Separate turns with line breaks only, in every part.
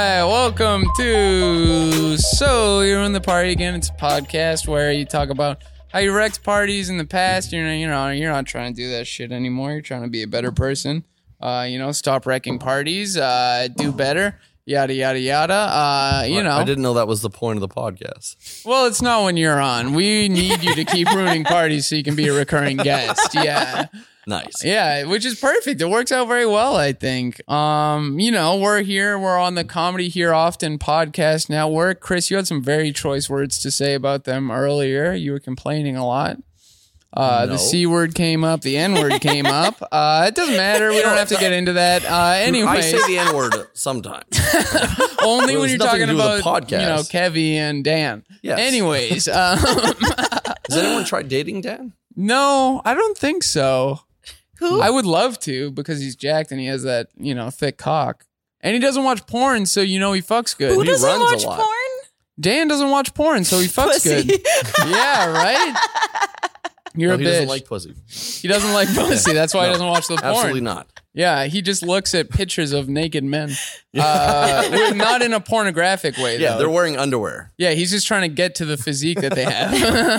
welcome to So You're in the Party Again. It's a podcast where you talk about how you wrecked parties in the past. You're you know you're not trying to do that shit anymore. You're trying to be a better person. Uh, you know, stop wrecking parties. Uh, do better. Yada yada yada. Uh, you know,
I didn't know that was the point of the podcast.
well, it's not when you're on. We need you to keep ruining parties so you can be a recurring guest. Yeah.
Nice.
Yeah, which is perfect. It works out very well, I think. Um, you know, we're here, we're on the Comedy Here Often podcast network. Chris, you had some very choice words to say about them earlier. You were complaining a lot. Uh,
No.
The C word came up, the N word came up. Uh, it doesn't matter. We don't have to get into that. Uh,
I
anyways,
say the N word sometimes.
only
It
when
was
you're
nothing
talking
to do with
about,
the
you know,
podcast.
Kevy and Dan.
Yes.
Anyways, um,
Has anyone tried dating Dan?
no, I don't think so.
Who?
I would love to because he's jacked and he has that, you know, thick cock. And he doesn't watch porn, so you know he fucks good.
who
he
doesn't
runs a
watch
lot.
porn?
Dan doesn't watch porn, so he fucks good.
Pussy.
Yeah, right? You're
no,
a
he
bitch.
doesn't like pussy.
he doesn't like pussy. That's why he
No,
doesn't watch the porn.
Absolutely not.
Yeah, he just looks at pictures of naked men. Uh, not in a pornographic way,
Yeah,
though.
they're wearing underwear.
Yeah, he's just trying to get to the physique that they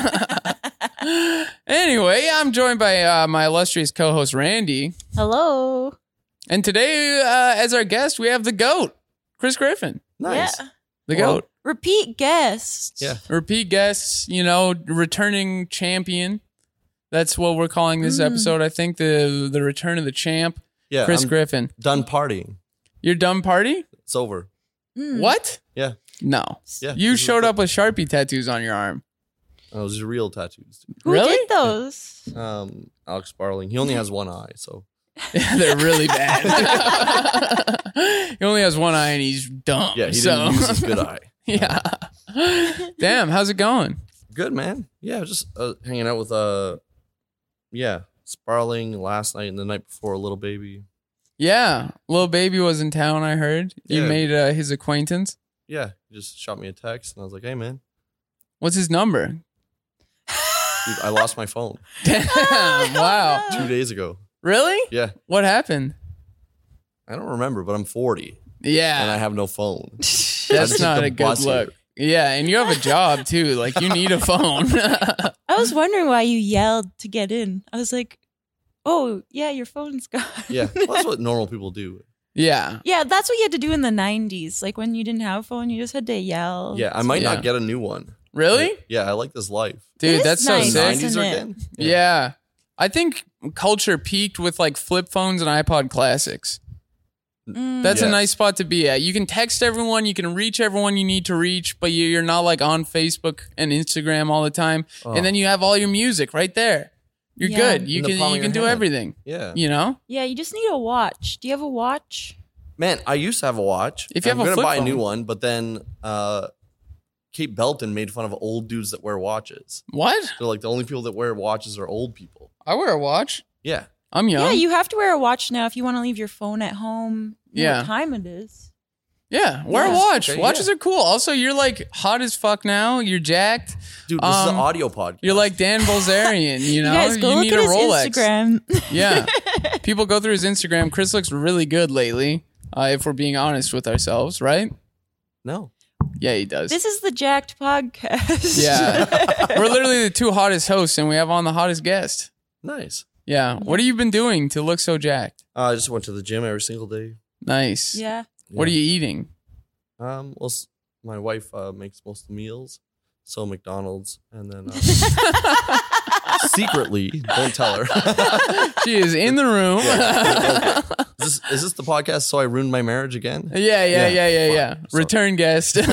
have. anyway, I'm joined by uh, my illustrious co host, Randy.
Hello.
And today, uh, as our guest, we have the GOAT, Chris Griffin.
Nice.
Yeah.
The
Well-
GOAT.
Repeat guests.
Yeah.
Repeat guests, you know, returning champion. That's what we're calling this
Mm.
episode. I think the the return of the champ,
Yeah,
Chris
I'm
Griffin.
done partying.
Your dumb party?
It's over.
Mm.
What?
Yeah.
No.
Yeah.
You
this is-
showed up with Sharpie tattoos on your arm.
Oh, those are real tattoos.
Who
really?
did those?
Um, Alex Barling. He only has one eye, so
Yeah, they're really bad. he only has one eye and he's dumb.
yeah, he
so
didn't use his good eye.
yeah. Damn, how's it going?
Good man. Yeah, just uh, hanging out with uh, yeah, Sparling last night and the night before. Little baby.
Yeah, little baby was in town. I heard you
Yeah.
made uh, his acquaintance.
Yeah, he just shot me a text and I was like, hey man,
What's his number?
dude, I lost my phone
Damn!
Oh,
wow.
two days ago.
Really?
Yeah,
What happened?
I don't remember, but I'm 40 and I
Yeah,
have no phone. I'm
that's
just
not
the
a good
boss here.
look. Yeah, and you have a job too. Like you need a phone.
I was wondering why you yelled to get in. I was like, oh, yeah, your phone's gone.
Yeah, well, that's what normal people do.
yeah.
Yeah, that's what you had to do in the 90s. Like when you didn't have a phone, you just had to yell.
Yeah, I might
Yeah.
not get a new one.
Really?
Yeah, I like this life.
Dude,
is
that's so
nice,
sick.
isn't it?
Yeah. I think culture peaked with like flip phones and iPod classics.
Mm.
That's a
Yes.
nice spot to be at. You can text everyone, you can reach everyone you need to reach, but you- you're not like on Facebook and Instagram all the time. And then you have all your music right there. You're
Yeah.
good. You
Oh. In the
can
palm of
you can
your
do
hand.
everything.
yeah.
You know?
Yeah, you just need a watch. Do you have a watch?
Man, I used to have a watch.
If you
I'm
have a
gonna
flip
buy a new
phone.
one, but then uh Kate Belton made fun of old dudes that wear watches.
What?
They're like the only people that wear watches are old people.
I wear a watch.
Yeah.
I'm young.
Yeah, you have to wear a watch now if you want to leave your phone at home. You know
Yeah.
What time it is.
Yeah, wear a
Yeah.
watch.
Okay,
Watches
yeah.
are cool. Also, you're like hot as fuck now. You're jacked.
Dude, this is
Um,
an audio podcast.
You're like Dan Bolzerian. You know,
you guys go look
need
at
a
his
Rolex.
Instagram.
Yeah, people go through his Instagram. Chris looks really good lately. Uh, if we're being honest with ourselves, right?
No.
Yeah, he does.
This is the Jacked podcast.
Yeah. we're literally the two hottest hosts, and we have on the hottest guest.
Nice.
Yeah. What have you been doing to look so jacked?
Uh, I just went to the gym every single day.
Nice.
yeah.
What are you eating?
Um well s- my wife uh, makes most of the meals. So McDonald's and then uh, secretly, don't tell her.
she is in the room.
Yeah. is, this, is this the podcast? So I ruined my marriage again?
Yeah, yeah, yeah,
Yeah.
yeah, yeah.
Fuck. So-
Return guest.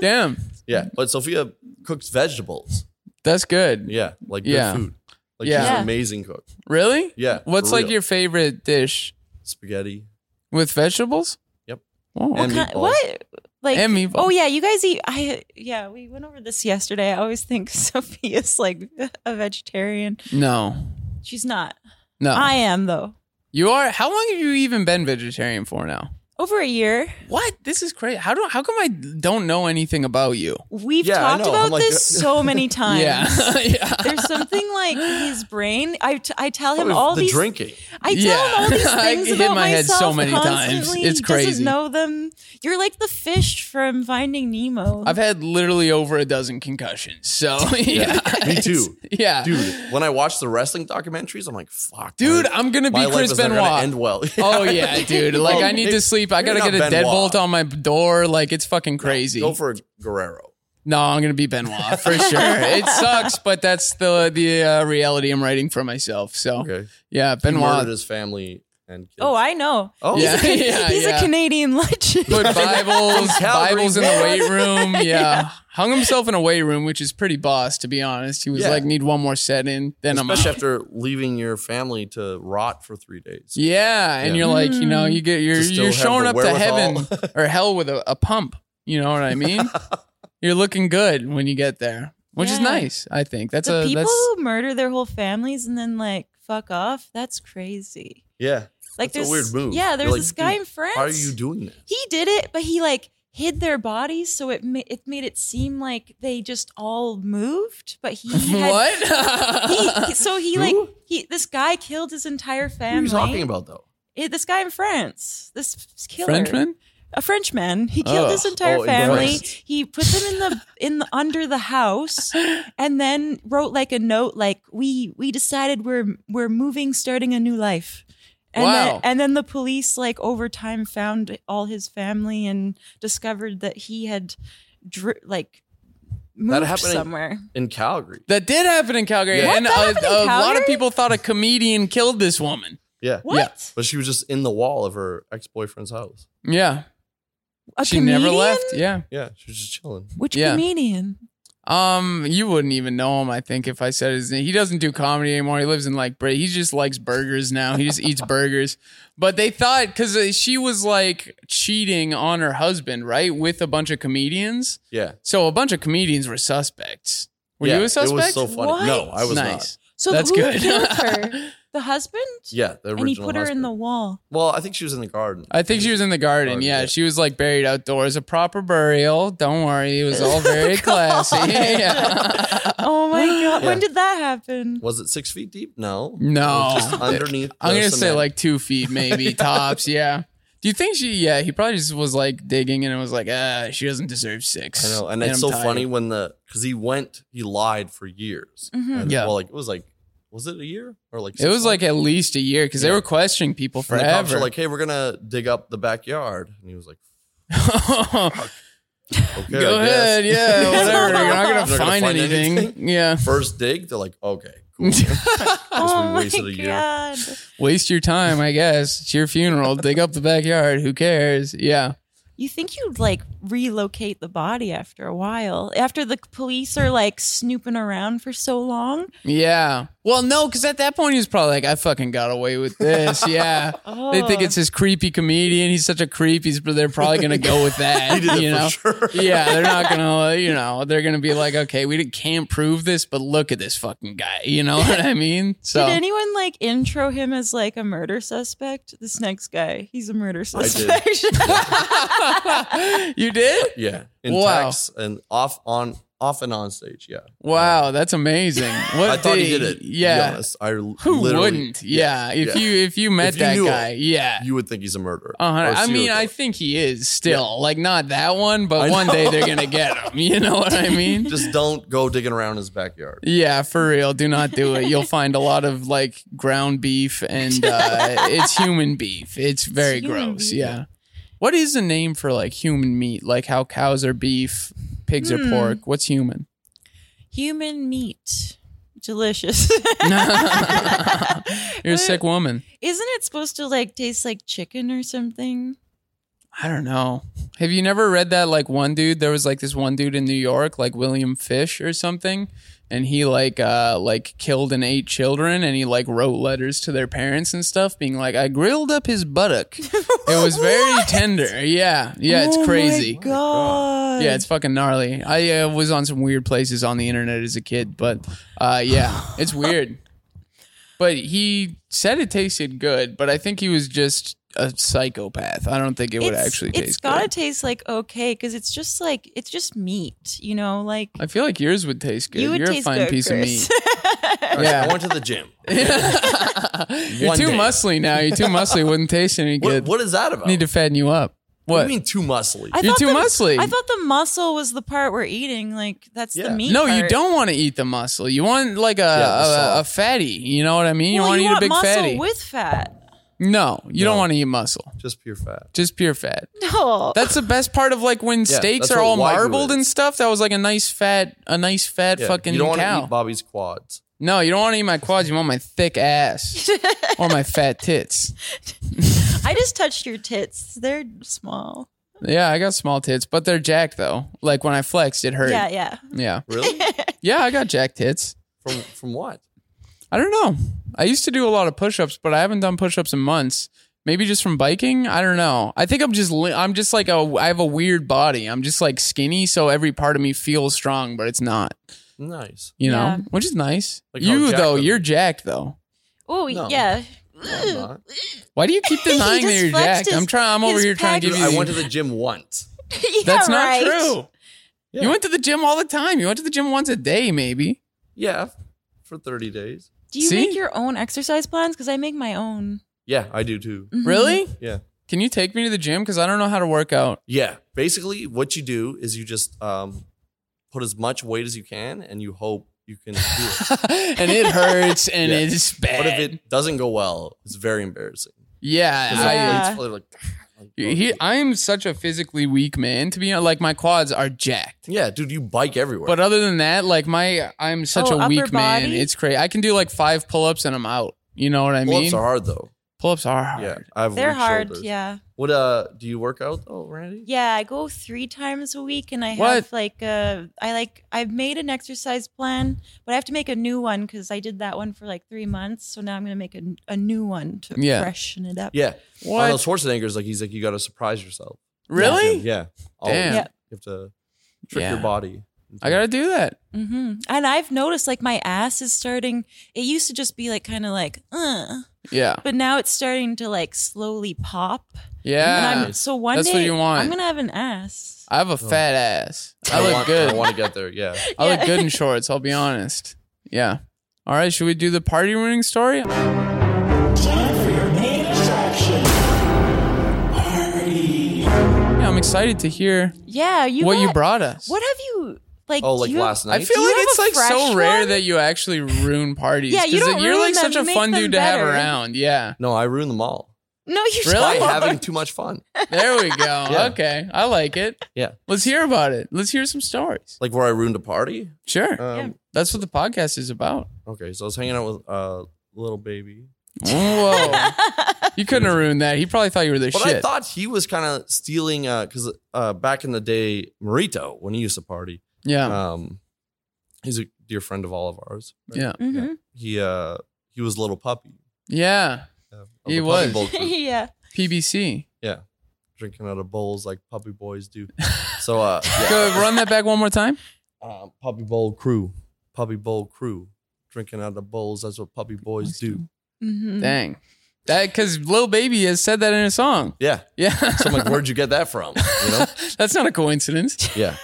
Damn,
Yeah, but Sophia cooks vegetables.
that's good.
Yeah, like good
Yeah.
food. Like
Yeah.
she's
Yeah.
an amazing cook.
Really?
Yeah.
What's
for
like
real.
your favorite dish
spaghetti?
with vegetables?
Yep.
Oh,
And
Kind-
meatballs.
what? Like
And meatballs.
Oh yeah, you guys eat. I yeah, we went over this yesterday. I always think Sophia's like a vegetarian.
no,
She's not.
no.
I am though.
you are. How long have you even been vegetarian for now?
Over a year,
What? This is crazy. How do? How come I don't know anything about you?
we've
Yeah, I
talked
know.
about
I'm like-
this so many times.
Yeah, yeah.
There's something like his brain. I, t- I tell him
Probably
all
the
these.
drinking.
I tell
Oh, Yeah.
him all these
I
things
hit
about
my head so
myself
many times.
constantly.
It's
He doesn't
crazy.
know them. You're like the fish from Finding Nemo.
I've had literally over a dozen concussions. So yeah,
me
it's-
too.
Yeah, dude,
dude. When I watch the wrestling documentaries, I'm like, fuck, my-
I'm gonna
my
be
life
Chris
is never gonna
Benoit.
end well.
Oh yeah, dude. Like
Well,
I need
maybe-
to sleep. I
maybe
gotta get a
Oh, not Benoit.
deadbolt on my door. Like it's fucking crazy.
Go for Guerrero.
no, I'm gonna be Benoit for sure. It sucks, but that's the the uh, reality I'm writing for myself. So
Okay,
yeah,
he murdered
Benoit.
his family and kids.
oh, I know.
oh
Yeah.
He's, a, he's
yeah.
a Canadian legend.
Put Bibles,
Calgary,
Bibles in the
man.
weight room. Yeah.
Yeah.
hung himself in a weight room, which is pretty boss to be honest. He was
Yeah.
like, need one more set in, then I'm out.
especially after leaving your family to rot for three days.
Yeah, and
Yeah.
you're like, you know,
Mm.
you get you're
To still
you're
have
showing
the
up to heaven
wherewithal.
or hell with a, a pump. You know what I mean? you're looking good when you get there, which is
Yeah.
nice. I think that's a
the people
that's
who murder their whole families and then like fuck off. That's crazy.
Yeah,
Like
That's a
there's
weird move.
yeah,
You're
there's
like,
this guy
dude,
in France.
why are you doing this?
he did it, but he like hid their bodies, so it ma- it made it seem like they just all moved. But he had,
what?
He, so he
Who?
like he this guy killed his entire
What are
family.
you talking about though?
Eh, this guy in France, this f- killer,
Frenchman?
a Frenchman. He killed his
Ugh.
entire
Oh, in
family.
France.
He put them in the in the, under the house, and then wrote like a note like we we decided we're we're moving, starting a new life. And
Wow.
then, and then the police like over time found all his family and discovered that he had dri- like moved
happened in-
somewhere.
In Calgary.
That did happen in Calgary,
Yeah. What?
and
That happened
a,
in
a lot of
Calgary?
people thought a comedian killed this woman.
Yeah.
What?
But she was just in the wall of her ex boyfriend's house.
Yeah,
A
she
comedian?
never left. Yeah.
Yeah, she was just chilling.
Which
Yeah.
comedian?
Um, you wouldn't even know him, I think, if I said his name. He doesn't do comedy anymore. He lives in like Bra- he just likes burgers now. He just eats burgers. But they thought because she was like cheating on her husband, right, with a bunch of comedians.
Yeah.
So a bunch of comedians were suspects. Were
yeah,
you a suspect?
It was so funny.
What?
No, I was not.
nice.
So
That's
who
good.
killed her? The husband?
Yeah, the original.
and he put her in the
husband.
wall.
Well, I think she was in the garden.
I think she was in the garden.
Garden,
yeah,
yeah.
she was like buried outdoors, a proper burial. Don't worry, it was all very classy. Yeah.
Oh my god! When
Yeah.
did that happen?
Was it six feet deep? No.
No.
It was just underneath.
I'm
the
gonna say
cement.
like two feet, maybe tops. Yeah. Do you think she? Yeah, he probably just was like digging and it was like, ah, she doesn't deserve six.
I know, and it's
I'm
so
tired.
funny when the because he went, he lied for years.
Mhm.
And,
Yeah.
well, like it was like, was it a year or like?
It
six
was like
months?
at least a year because
Yeah.
they were questioning people
And the cops
forever.
were like, hey, we're gonna dig up the backyard, and he was like, okay,
go
I guess.
ahead, yeah, whatever. You're not gonna
Not
gonna
find,
find
anything.
anything.
Yeah,
First dig, they're like, okay, cool.
oh my
wasted a year.
god!
waste your time, I guess. It's your funeral. Dig up the backyard. Who cares? Yeah,
You think you'd like relocate the body after a while? After the police are like snooping around for so long?
yeah. Well, no, because at that point he was probably like, I fucking got away with this. Yeah.
Oh.
They think it's this creepy comedian. He's such a creep. He's they're probably gonna go with that.
he did
you
it
know?
for sure.
yeah, they're not gonna, you know, they're gonna be like, okay, we didn't- can't prove this, but look at this fucking guy. You know what I mean? So
Did anyone like intro him as like a murder suspect? This next guy, he's a murder
did.
suspect.
you did?
Yeah, in
Wow.
text and off on off and on stage. Yeah,
Wow, that's amazing. What
I thought he
the-
did it. to be
Yeah.
honest. I
Who
literally-
wouldn't? Yeah. If
yeah.
you if you met
If you
that
knew
guy,
him,
yeah.
you would think he's a murderer.
Uh
or a
huh. I
serial
mean, I
killer.
think he is still like not that one, but
I
one
know.
day they're gonna get him. You know what I mean?
just don't go digging around his backyard.
Yeah, for real. Do not do it. You'll find a lot of like ground beef and uh, it's human beef. It's very
human
gross.
beef.
Yeah. What is the name for like human meat? Like how cows are beef, pigs are
Hmm.
pork. What's human?
Human meat, delicious.
You're a sick woman.
Isn't it supposed to like taste like chicken or something?
I don't know. Have you never read that? Like one dude, there was like this one dude in New York, like William Fish or something, and he like uh like killed and ate children, and he like wrote letters to their parents and stuff, being like, "I grilled up his buttock. It was very tender. Yeah, yeah, it's
Oh my
crazy.
God.
Yeah, it's fucking gnarly. I uh, was on some weird places on the internet as a kid, but uh, yeah, it's weird. But he said it tasted good, but I think he was just a psychopath. I don't think it would actually taste
It's gotta
good.
taste like okay because it's just like it's just meat, you know. Like
I feel like yours would taste good.
you would
You're a
taste
fine
good,
piece
Chris.
of meat.
All right,
Yeah.
I went to the gym.
You're
One
too
day.
muscly now. You're too muscly. Wouldn't taste any
What,
good.
what is that about?
Need to fatten you up.
what
What?
do you mean too muscly?
I
You're
thought
too
the-
muscly.
I thought the muscle was the part we're eating. Like that's
Yeah.
the meat.
no, you
part.
don't want to eat the muscle. You want like a
the
a,
soft.
a fatty. You know what I mean? You
Well,
want to eat a big
muscle
fatty.
with fat.
no, you don't
No.
want to eat muscle.
Just pure fat.
Just pure fat.
No,
That's the best part of like when steaks
that's
are
what
all
Wagyu
marbled and
is.
stuff. That was like a nice fat, a nice fat
Yeah,
fucking
you don't wanna
cow.
eat Bobby's quads.
no, you don't want to eat my quads. You want my thick ass or my fat tits.
I just touched your tits. They're small.
Yeah, I got small tits, but they're jacked though. Like when I flexed, it hurt.
Yeah, yeah.
yeah.
Really?
Yeah, I got jack tits.
from from what?
I don't know. I used to do a lot of push-ups, but I haven't done push-ups in months. Maybe just from biking. I don't know. I think I'm just li- I'm just like a I have a weird body. I'm just like skinny, so every part of me feels strong, but it's not.
Nice.
You know,
Yeah.
which is nice.
Like how
you
jacked
though,
I'm-
you're jacked though.
Oh,
No.
yeah.
I'm not.
Why do you keep denying that
just
you're
flexed
jacked?
his-
I'm trying. I'm over
his
here trying to
pack-
give you.
I went to the gym once.
Yeah,
That's not
right.
true.
Yeah.
You went to the gym all the time. You went to the gym once a day, maybe.
Yeah, for 30 days.
Do you
See?
make your own exercise plans? Because I make my own.
Yeah, I do too.
Mhm.
Really?
Yeah.
Can you take me to the gym? Because I don't know how to work out.
Yeah. Basically, what you do is you just um, put as much weight as you can and you hope you can do it.
and it hurts and
Yeah.
it's bad. Ah,
but if it doesn't go well, it's very embarrassing. 'Cause the
yeah,
Yeah.
plates are like-
I, he, I'm such a physically weak man. To be honest, like my quads are jacked.
yeah, dude, you bike everywhere.
But uh, other than that, like my, I'm such
Oh,
a
upper
weak man.
body?
It's crazy. I can do like five pull-ups and I'm out. You know what I
Pull-ups
mean?
are hard though.
Pull-ups are hard.
Yeah, I have
They're
weak
hard.
shoulders.
Yeah.
What uh? Do you work out though, Randy?
Yeah, I go three times a week, and I
What?
have like uh, I like I've made an exercise plan, but I have to make a new one because I did that one for like three months. So now I'm gonna make a, a new one to
Yeah.
freshen it up.
Yeah.
What?
Arnold Schwarzenegger's like he's like you got to surprise yourself.
Really?
Yeah. Always.
Damn.
Yeah.
You have to trick
Yeah.
your body.
I gotta do that.
hmm And I've noticed like my ass is starting. It used to just be like kind of like, uh,
Yeah.
but now it's starting to like slowly pop. And
Yeah.
I'm, so one
That's
day
what you want.
I'm gonna have an ass.
I have a fat ass. I look
want, Oh. I
good.
want to get there. Yeah.
I look
Yeah.
good in shorts. I'll be honest. Yeah. All right. Should we do the party ruining story?
Time for your bonus action. Party.
Yeah, I'm excited to hear
Yeah, you.
what
got-
you brought us.
What have you like?
Oh,
do
like
you have-
last night.
I feel
you
like
have
it's
a
like so
fresh
rare
one?
that you actually ruin parties.
Yeah, you
'cause
don't
You're
ruin
like
them,
such
you
a
make
fun
them
dude to have
better.
around. Yeah.
No, I ruined them all
No, you
Really?
by
Oh.
having too much fun.
There we go.
Yeah.
Okay. I like it.
Yeah.
Let's hear about it. Let's hear some stories.
Like where I ruined a party.
Sure.
Um,
That's what the podcast is about.
Okay, so I was hanging out with uh, little baby,
Whoa. you couldn't have ruined that. He probably thought you were the
but
shit.
I thought he was kind of stealing because uh, back in the day, Marito when he used to party,
yeah.
um, he's a dear friend of all of ours.
yeah.
hmm
He uh, he was little puppy.
Yeah.
uh, of
He
the Puppy
was.
Bowl crew.
yeah.
PBC.
drinking out of bowls like puppy boys do. So uh, yeah,
Go, run that back one more time.
um, puppy bowl crew, puppy bowl crew, drinking out of bowls. That's what puppy boys do.
Mm-hmm.
Dang. That because Lil Baby has said that in a song.
Yeah.
Yeah.
So I'm like, where'd you get that from? You know?
That's not a coincidence.
Yeah.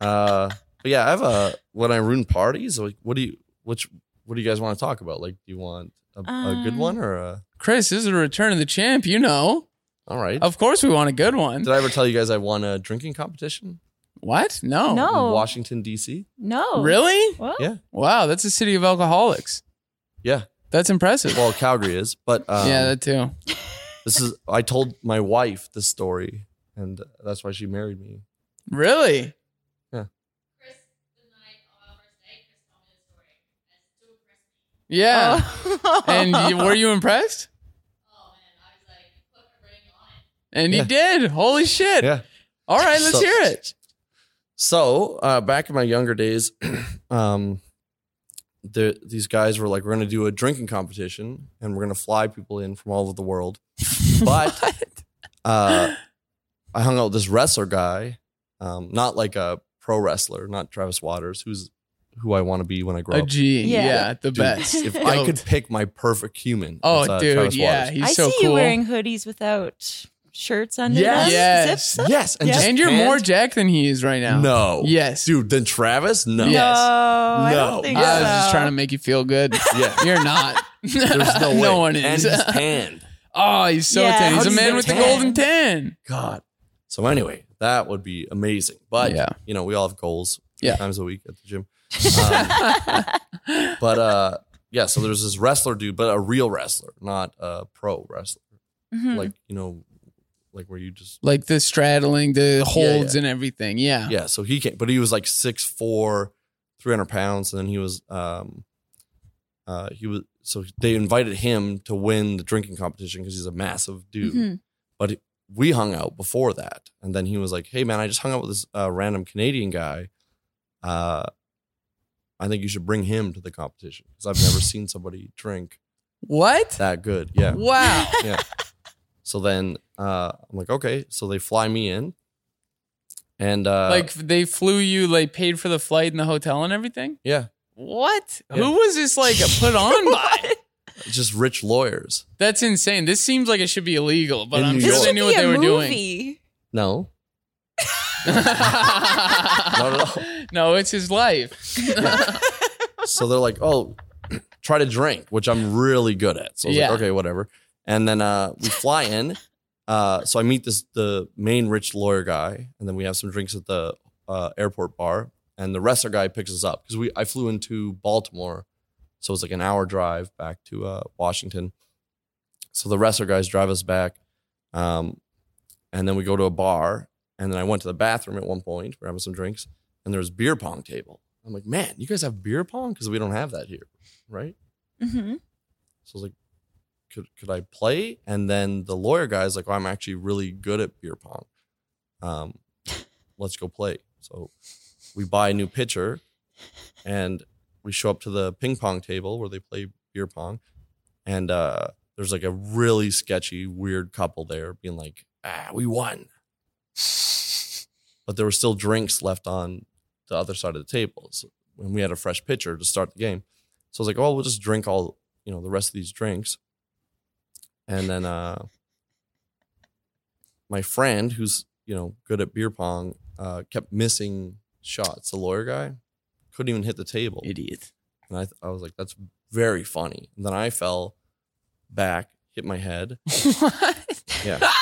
Uh, but yeah, I have a when I ruin parties. Like, what do you which what do you guys want to talk about? Like, do you want a, a good
Um,
one or a
Chris, this is a return of the champ, you know.
all right?
Of course we want a good one.
Did I ever tell you guys I won a drinking competition
What? No.
No. Oh.
in Washington D.C.?
No.
Really?
What?
Yeah.
Wow, that's a city of alcoholics.
Yeah.
That's impressive.
Well, Calgary is, but um,
yeah, that too.
this is. I told my wife this story, and that's why she married me.
Really?
Yeah.
Yeah.
Oh.
And you, were you impressed? And he
Yeah.
did. Holy shit.
Yeah.
All right, let's
So-
hear it.
So uh, back in my younger days, um, the, these guys were like, "We're going to do a drinking competition, and we're going to fly people in from all over the world." But uh, I hung out with this wrestler guy, um, not like a pro wrestler, not Travis Waters, who's who I want to be when I grow
A
up.
G. Yeah,
Yeah.
the
Dude,
best.
If I
Goat.
could pick my perfect human,
Oh,
it's, uh,
dude.
Travis
Yeah.
Waters.
He's
I
so
see
cool.
you wearing hoodies without shirts under
Yes.
them?
Yes.
Zips up?
Yes, and,
Yeah.
just
And you're
pants?
more Jack than he is right now.
No.
Yes.
Dude, then Travis? No.
Yeah. Yes.
No, I
No.
don't think
I was just
so.
trying to make you feel good.
Yeah.
You're not.
There's no way.
one
And
is.
he's tan.
oh, he's so
Yeah.
tan.
How
He's a
does
man
he
with the
tan?
golden tan.
God. So anyway, that would be amazing. But
Yeah.
you know, we all have goals.
Yeah.
Times a week at the gym. Um, but uh, yeah. So there's this wrestler dude, but a real wrestler, not a pro wrestler.
Hmm.
Mhm.
Like you know, like where you just
like the straddling, the holds, and everything. Yeah.
yeah. So he came, but he was like six four, three hundred pounds, and then he was um, uh, he was so they invited him to win the drinking competition because he's a massive dude.
Mm-hmm.
Mhm.
But we hung out before that, and then he was like, "Hey man, I just hung out with this uh, random Canadian guy. Uh, I think you should bring him to the competition because I've never seen somebody drink
What?
that good." Yeah.
Wow.
So then uh, I'm like, "Okay." So they fly me in, and uh,
like they flew you, like paid for the flight and the hotel and everything.
yeah,
What?
Yeah.
Who was this like put on by?
just rich lawyers.
That's insane. This seems like it should be illegal, but
In
I'm
New
sure
York.
they knew what they were doing.
movie.
No.
Not
at all.
No, it's his life.
so they're like, oh, try to drink, which I'm really good at. So I was
Yeah.
like, okay, whatever. And then uh, we fly in. Uh, so I meet this the main rich lawyer guy, and then we have some drinks at the uh, airport bar. And the wrestler guy picks us up because we I flew into Baltimore, so it's like an hour drive back to uh, Washington. So the wrestler guys drive us back, um, and then we go to a bar. And then I went to the bathroom at one point. We're having some drinks, and there's beer pong table. I'm like, man, you guys have beer pong because we don't have that here, right?
hmm
So I was like, could could I play? And then the lawyer guy's like, oh, I'm actually really good at beer pong. Um, let's go play. So we buy a new pitcher, and we show up to the ping pong table where they play beer pong, and uh, there's like a really sketchy, weird couple there being like, ah, we won. But there were still drinks left on the other side of the tables, and we had a fresh pitcher to start the game. So I was like, "Oh, we'll just drink all you know the rest of these drinks and then uh my friend who's you know good at beer pong uh kept missing shots the lawyer guy couldn't even hit the table
Idiot.
and I, th- I was like that's very funny and then i fell back hit my head
What?
yeah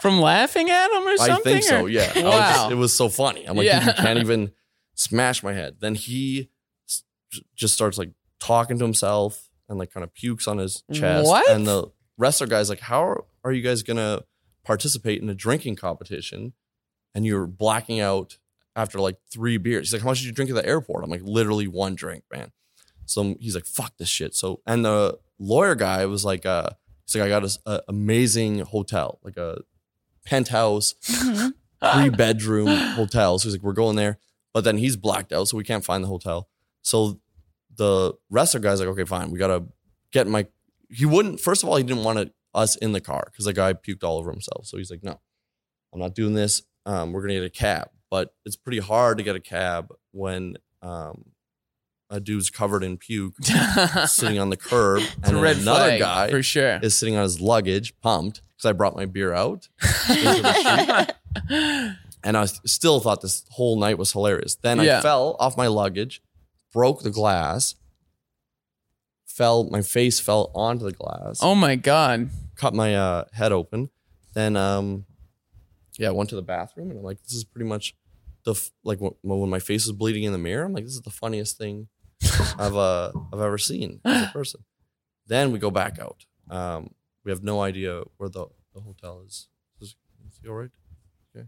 From laughing at him or
i
something?
think so
or-
yeah I was
Wow.
just- it was so funny i'm like
Yeah.
you can't even smash my head then he s- j- just starts like talking to himself and like kind of pukes on his chest
What?
and the wrestler guy's like how are you guys gonna participate in a drinking competition and you're blacking out after like three beers he's like how much did you drink at the airport i'm like literally one drink man so he's like fuck this shit so and the lawyer guy was like uh he's like i got an amazing hotel like a penthouse three bedroom hotel. So he's like, we're going there. But then he's blacked out, so we can't find the hotel. So the wrestler guy's like, okay, fine, we gotta get in my. He wouldn't. First of all, he didn't want it, us in the car because the guy puked all over himself. So he's like, no, I'm not doing this. Um, we're gonna get a cab, but it's pretty hard to get a cab when um, a dude's covered in puke
it's
sitting on the curb,
a
and then
red
another
flag
guy
for sure.
is sitting on his luggage, pumped because I brought my beer out. And I was- still thought this whole night was hilarious. Then
Yeah.
I fell off my luggage, broke the glass, fell, my face fell onto the glass,
oh my god.
cut my uh, head open. Then, um, yeah, I went to the bathroom and I'm like, this is pretty much the, f- like wh- when my face was bleeding in the mirror, I'm like, this is the funniest thing I've, uh, I've ever seen as a person. Then we go back out. Um, we have no idea where the, the hotel is. Is, is he all right? Okay.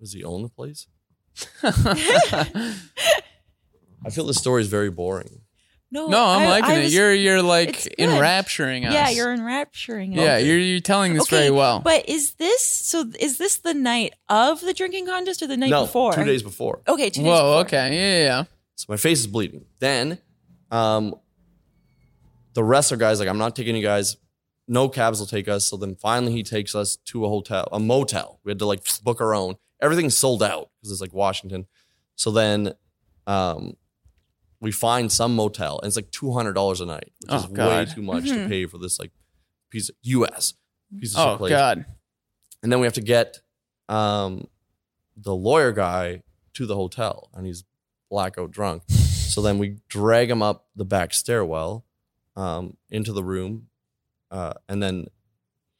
Does he own the place? I feel the story is very boring.
No,
no, I'm
I-
liking
I
it.
was-
You're you're like
It's good.
enrapturing us.
yeah, you're enrapturing. it.
yeah, you're you're telling this very well.
But is this so? Is this the night of the drinking contest or the night
no,
before?
two days before.
Okay, two days.
Whoa,
before.
okay, yeah, yeah,
So my face is bleeding. Then, um, the wrestler guy's like, "I'm not taking you guys. No cabs will take us." So then finally he takes us to a hotel, a motel. We had to like book our own. Everything's sold out because it's like Washington. So then, um, we find some motel, and it's like two hundred dollars a night, which
Oh,
is way
God.
too much to pay for this like piece of U.S. pieces
Oh
of plate.
God.
And then we have to get um, the lawyer guy to the hotel, and he's blackout drunk. So then we drag him up the back stairwell um, into the room, uh, and then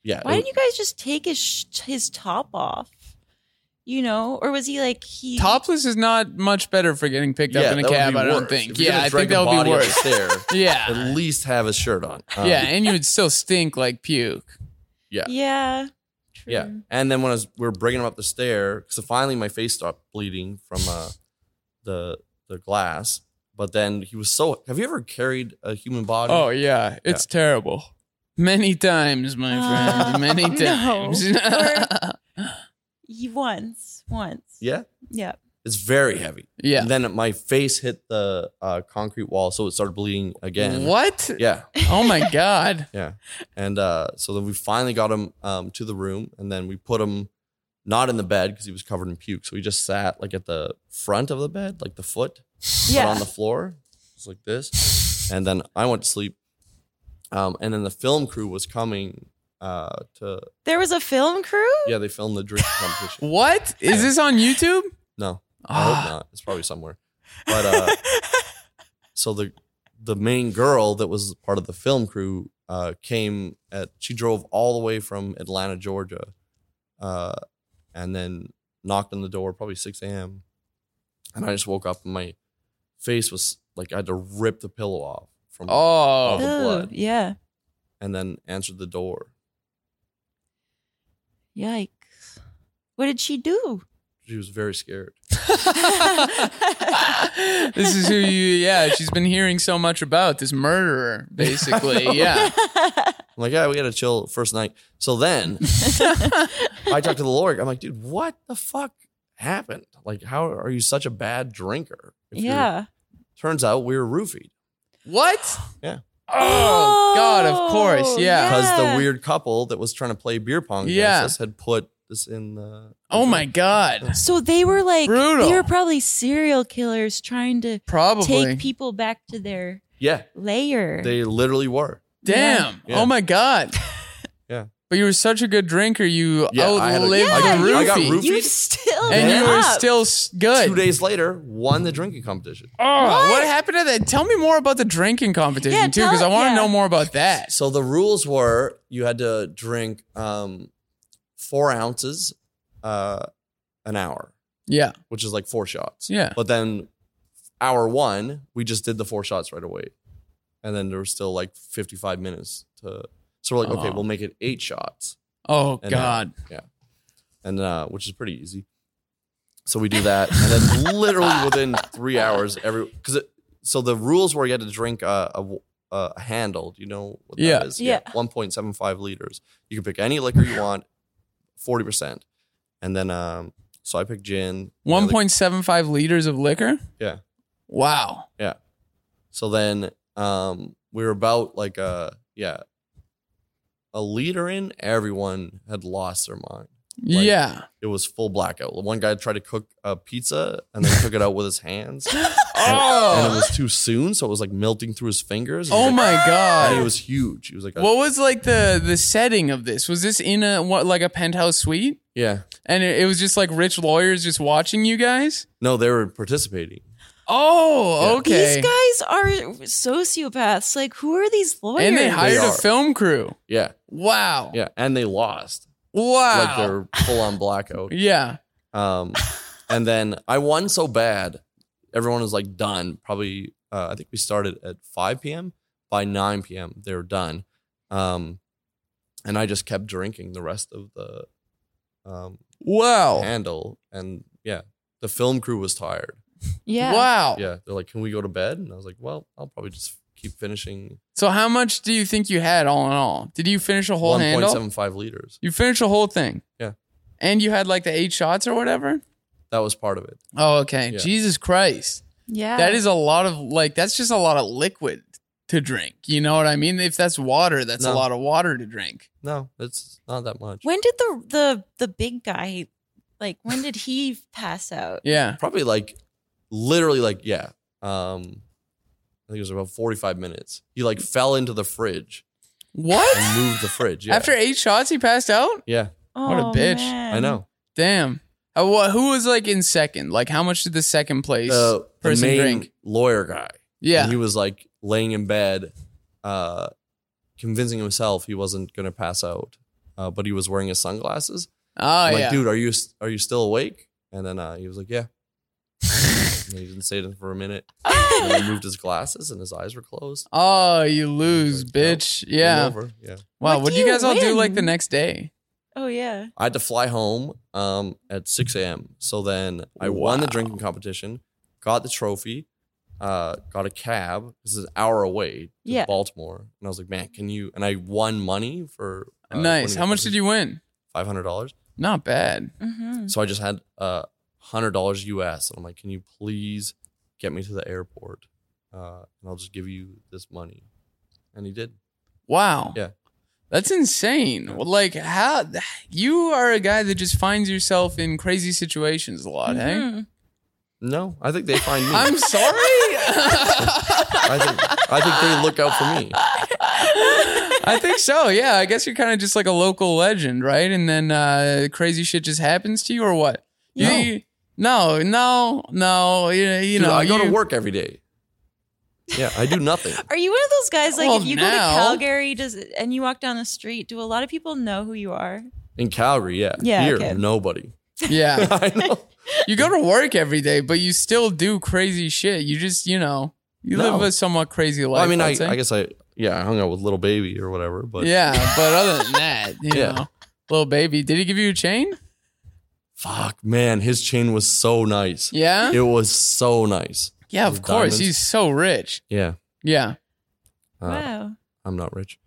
yeah,
Why
it-
didn't you guys just take his sh- his top off? You know, or was he like he
Topless is not much better for getting picked
yeah,
up in a
that would
cab.
be
I don't
worse.
think.
If you're
Yeah,
gonna
I
drag
think
a
that would be
body
worse.
upstairs,
yeah.
at least have his shirt on. Um,
yeah, and you would still stink like puke.
yeah.
Yeah. True.
Yeah. And then when I was, we were bringing him up the stair, so finally my face stopped bleeding from uh, the the glass. But then he was so. Have you ever carried a human body?
Oh yeah, it's terrible. Many times, my
Uh,
friend. Many
no.
times.
He once, once.
yeah.
Yeah.
It's very heavy.
yeah.
And then my face hit the uh, concrete wall, so it started bleeding again.
What?
Yeah.
Oh my god.
And uh, so then we finally got him um, to the room, and then we put him not in the bed because he was covered in puke. So he just sat like at the front of the bed, like the foot. but
Yeah.
on the floor, just like this. And then I went to sleep. Um, and then the film crew was coming uh, to
there was a film crew?
yeah, they filmed the drinking competition.
What is this on YouTube?
No, I hope
Ah,
not. It's probably somewhere. But uh, so the the main girl that was part of the film crew uh, came at she drove all the way from Atlanta, Georgia, uh, and then knocked on the door probably six a.m. And I just woke up and my face was like I had to rip the pillow off from
oh.
the blood.
Ooh, yeah.
and then answered the door.
Yikes. What did she do?
She was very scared.
this is who you. Yeah, she's been hearing so much about this murderer, basically. Yeah.
I'm like, yeah, we gotta chill first night. So then I talked to the lawyer. I'm like, dude, what the fuck happened? Like, how are you such a bad drinker? If you're-
yeah.
Turns out we were roofied
What?
Yeah.
Oh God! Of course.
Oh,
Yeah.
because
Yeah.
the weird couple that was trying to play beer pong against
Yeah.
us had put this in the.
Oh my God.
So they were like
Brutal. Oh,
they were probably serial killers trying to
Probably.
take people back to their
Yeah,
layer.
they literally were.
Damn.
Yeah.
Oh my God.
Yeah.
But you were such a good drinker. You
Yeah, I had a-
outlived
I
the
got-
roofie.
I got roof-
You
roofied?
still
and
got
you were
up.
still s- good.
Two days later, won the drinking competition.
Oh, what? happened to that? Tell me more about the drinking competition
Yeah,
too,
tell-
because I want to
yeah.
know more about that.
So the rules were you had to drink um, four ounces uh, an hour,
Yeah,
which is like four shots.
yeah.
But then hour one, we just did the four shots right away. And then there was still like 55 minutes to. So we're like, okay,
Oh.
we'll make it eight shots,
Oh
And, uh,
God.
and uh, which is pretty easy. So we do that, and then literally within three hours, every because so the rules were you had to drink uh, a, w- uh, a handle. Do you know what
Yeah.
that is?
Yeah.
one point seven five liters. You can pick any liquor you want, forty percent, and then um, so I picked gin. the other-
One point seven five liters of liquor.
Yeah.
Wow.
So then um, we were about like a yeah, a liter in. Everyone had lost their mind. Like-
yeah.
It was full blackout. One guy tried to cook a pizza and then took it out with his hands. And- And it
Oh.
was too soon, so it was like melting through his fingers.
Oh
And
my
"Ah!" And it
God.
was huge. He was like, a,
What was like the the setting of this? Was this in a what like a penthouse suite?
yeah.
And it, it was just like rich lawyers just watching you guys.
No, they were participating.
Oh,
Yeah.
okay.
These guys are sociopaths. Like, who are these lawyers?
and they hired a
are.
film crew.
Yeah,
Wow.
yeah, and they lost. Like
Wow.
they're full on blackout.
yeah.
Um, and then I won so bad, everyone was like done. Probably, uh, I think we started at 5 p.m. By 9 p.m., they were done. Um, and I just kept drinking the rest of the um,
Wow.
handle. And yeah, the film crew was tired.
yeah.
Wow.
Yeah, they're like, "Can we go to bed?" And I was like, "Well, I'll probably just keep finishing
So how much do you think you had all in all? Did you finish a whole handle?
1.75 liters."
You finished the whole thing.
Yeah.
And you had like the eight shots or whatever?
That was part of it.
Oh, okay.
Yeah.
Jesus Christ.
Yeah.
That is a lot of like that's just a lot of liquid to drink. You know what I mean? If that's water, that's a
No.
lot of water to drink.
No, it's not that much.
When did the the the big guy, like, when did he pass out?
Yeah.
Probably like, literally like, yeah. Um, I think it was about 45 minutes. He like fell into the fridge
What?
and moved the fridge. Yeah.
After eight shots, he passed out.
yeah,
What a
Oh,
bitch.
man.
I know.
Damn. Uh, wha- who was like in second? Like, how much did the second place
The, the
person
main
drink?
lawyer guy.
Yeah.
And he was like laying in bed, uh, convincing himself he wasn't gonna pass out, uh, but he was wearing his sunglasses.
oh
I'm like,
yeah.
dude, are you are you still awake? And then uh, he was like, yeah. and he didn't say anything for a minute. And then he moved his glasses, and his eyes were closed.
Oh, you lose,
Like, nope.
bitch.
Game
Yeah.
over. Yeah.
Wow. What,
What
do
do
you
you
guys all do like the
win?
next day?
Oh yeah.
I had to fly home um, at 6 a.m. So then I won the drinking competition, got the trophy, uh, got a cab. This is an hour away to
Yeah.
Baltimore. And I was like, man, can you? And I won money for. uh,
nice. How much did you win?
$500.
Not bad.
hmm
So I just had uh, $100 US. And I'm like, can you please get me to the airport? Uh, and I'll just give you this money. And he did.
Wow.
Yeah.
That's insane. Well, Like how you are a guy that just finds yourself in crazy situations a lot, hey?
Mm-hmm.
No, I think they find me.
I'm sorry.
I think, I think they look out for me.
I think so. Yeah, I guess you're kind of just like a local legend, right? And then uh, crazy shit just happens to you, or what? You-
No.
you- no, no, no. You, you
Dude,
know,
I go
you-
to work every day. Yeah, I do nothing.
Are you one of those guys like
Well,
if you go
now-
to Calgary does and you walk down the street, do a lot of people know who you are?
In Calgary, yeah.
Yeah,
Here,
okay.
nobody.
Yeah,
I know.
you go to work every day, but you still do crazy shit. You just, you know, you
No.
live a somewhat crazy life.
Well, I mean, I,
I'd say.
I guess I, yeah, I hung out with little baby or whatever, but
yeah, but other than that, you
Yeah.
know, little baby, did he give you a chain?
fuck, man, his chain was so nice.
Yeah,
It was so nice.
yeah, of
With
course.
diamonds.
He's so rich.
Yeah.
Yeah,
Uh,
wow.
I'm not rich.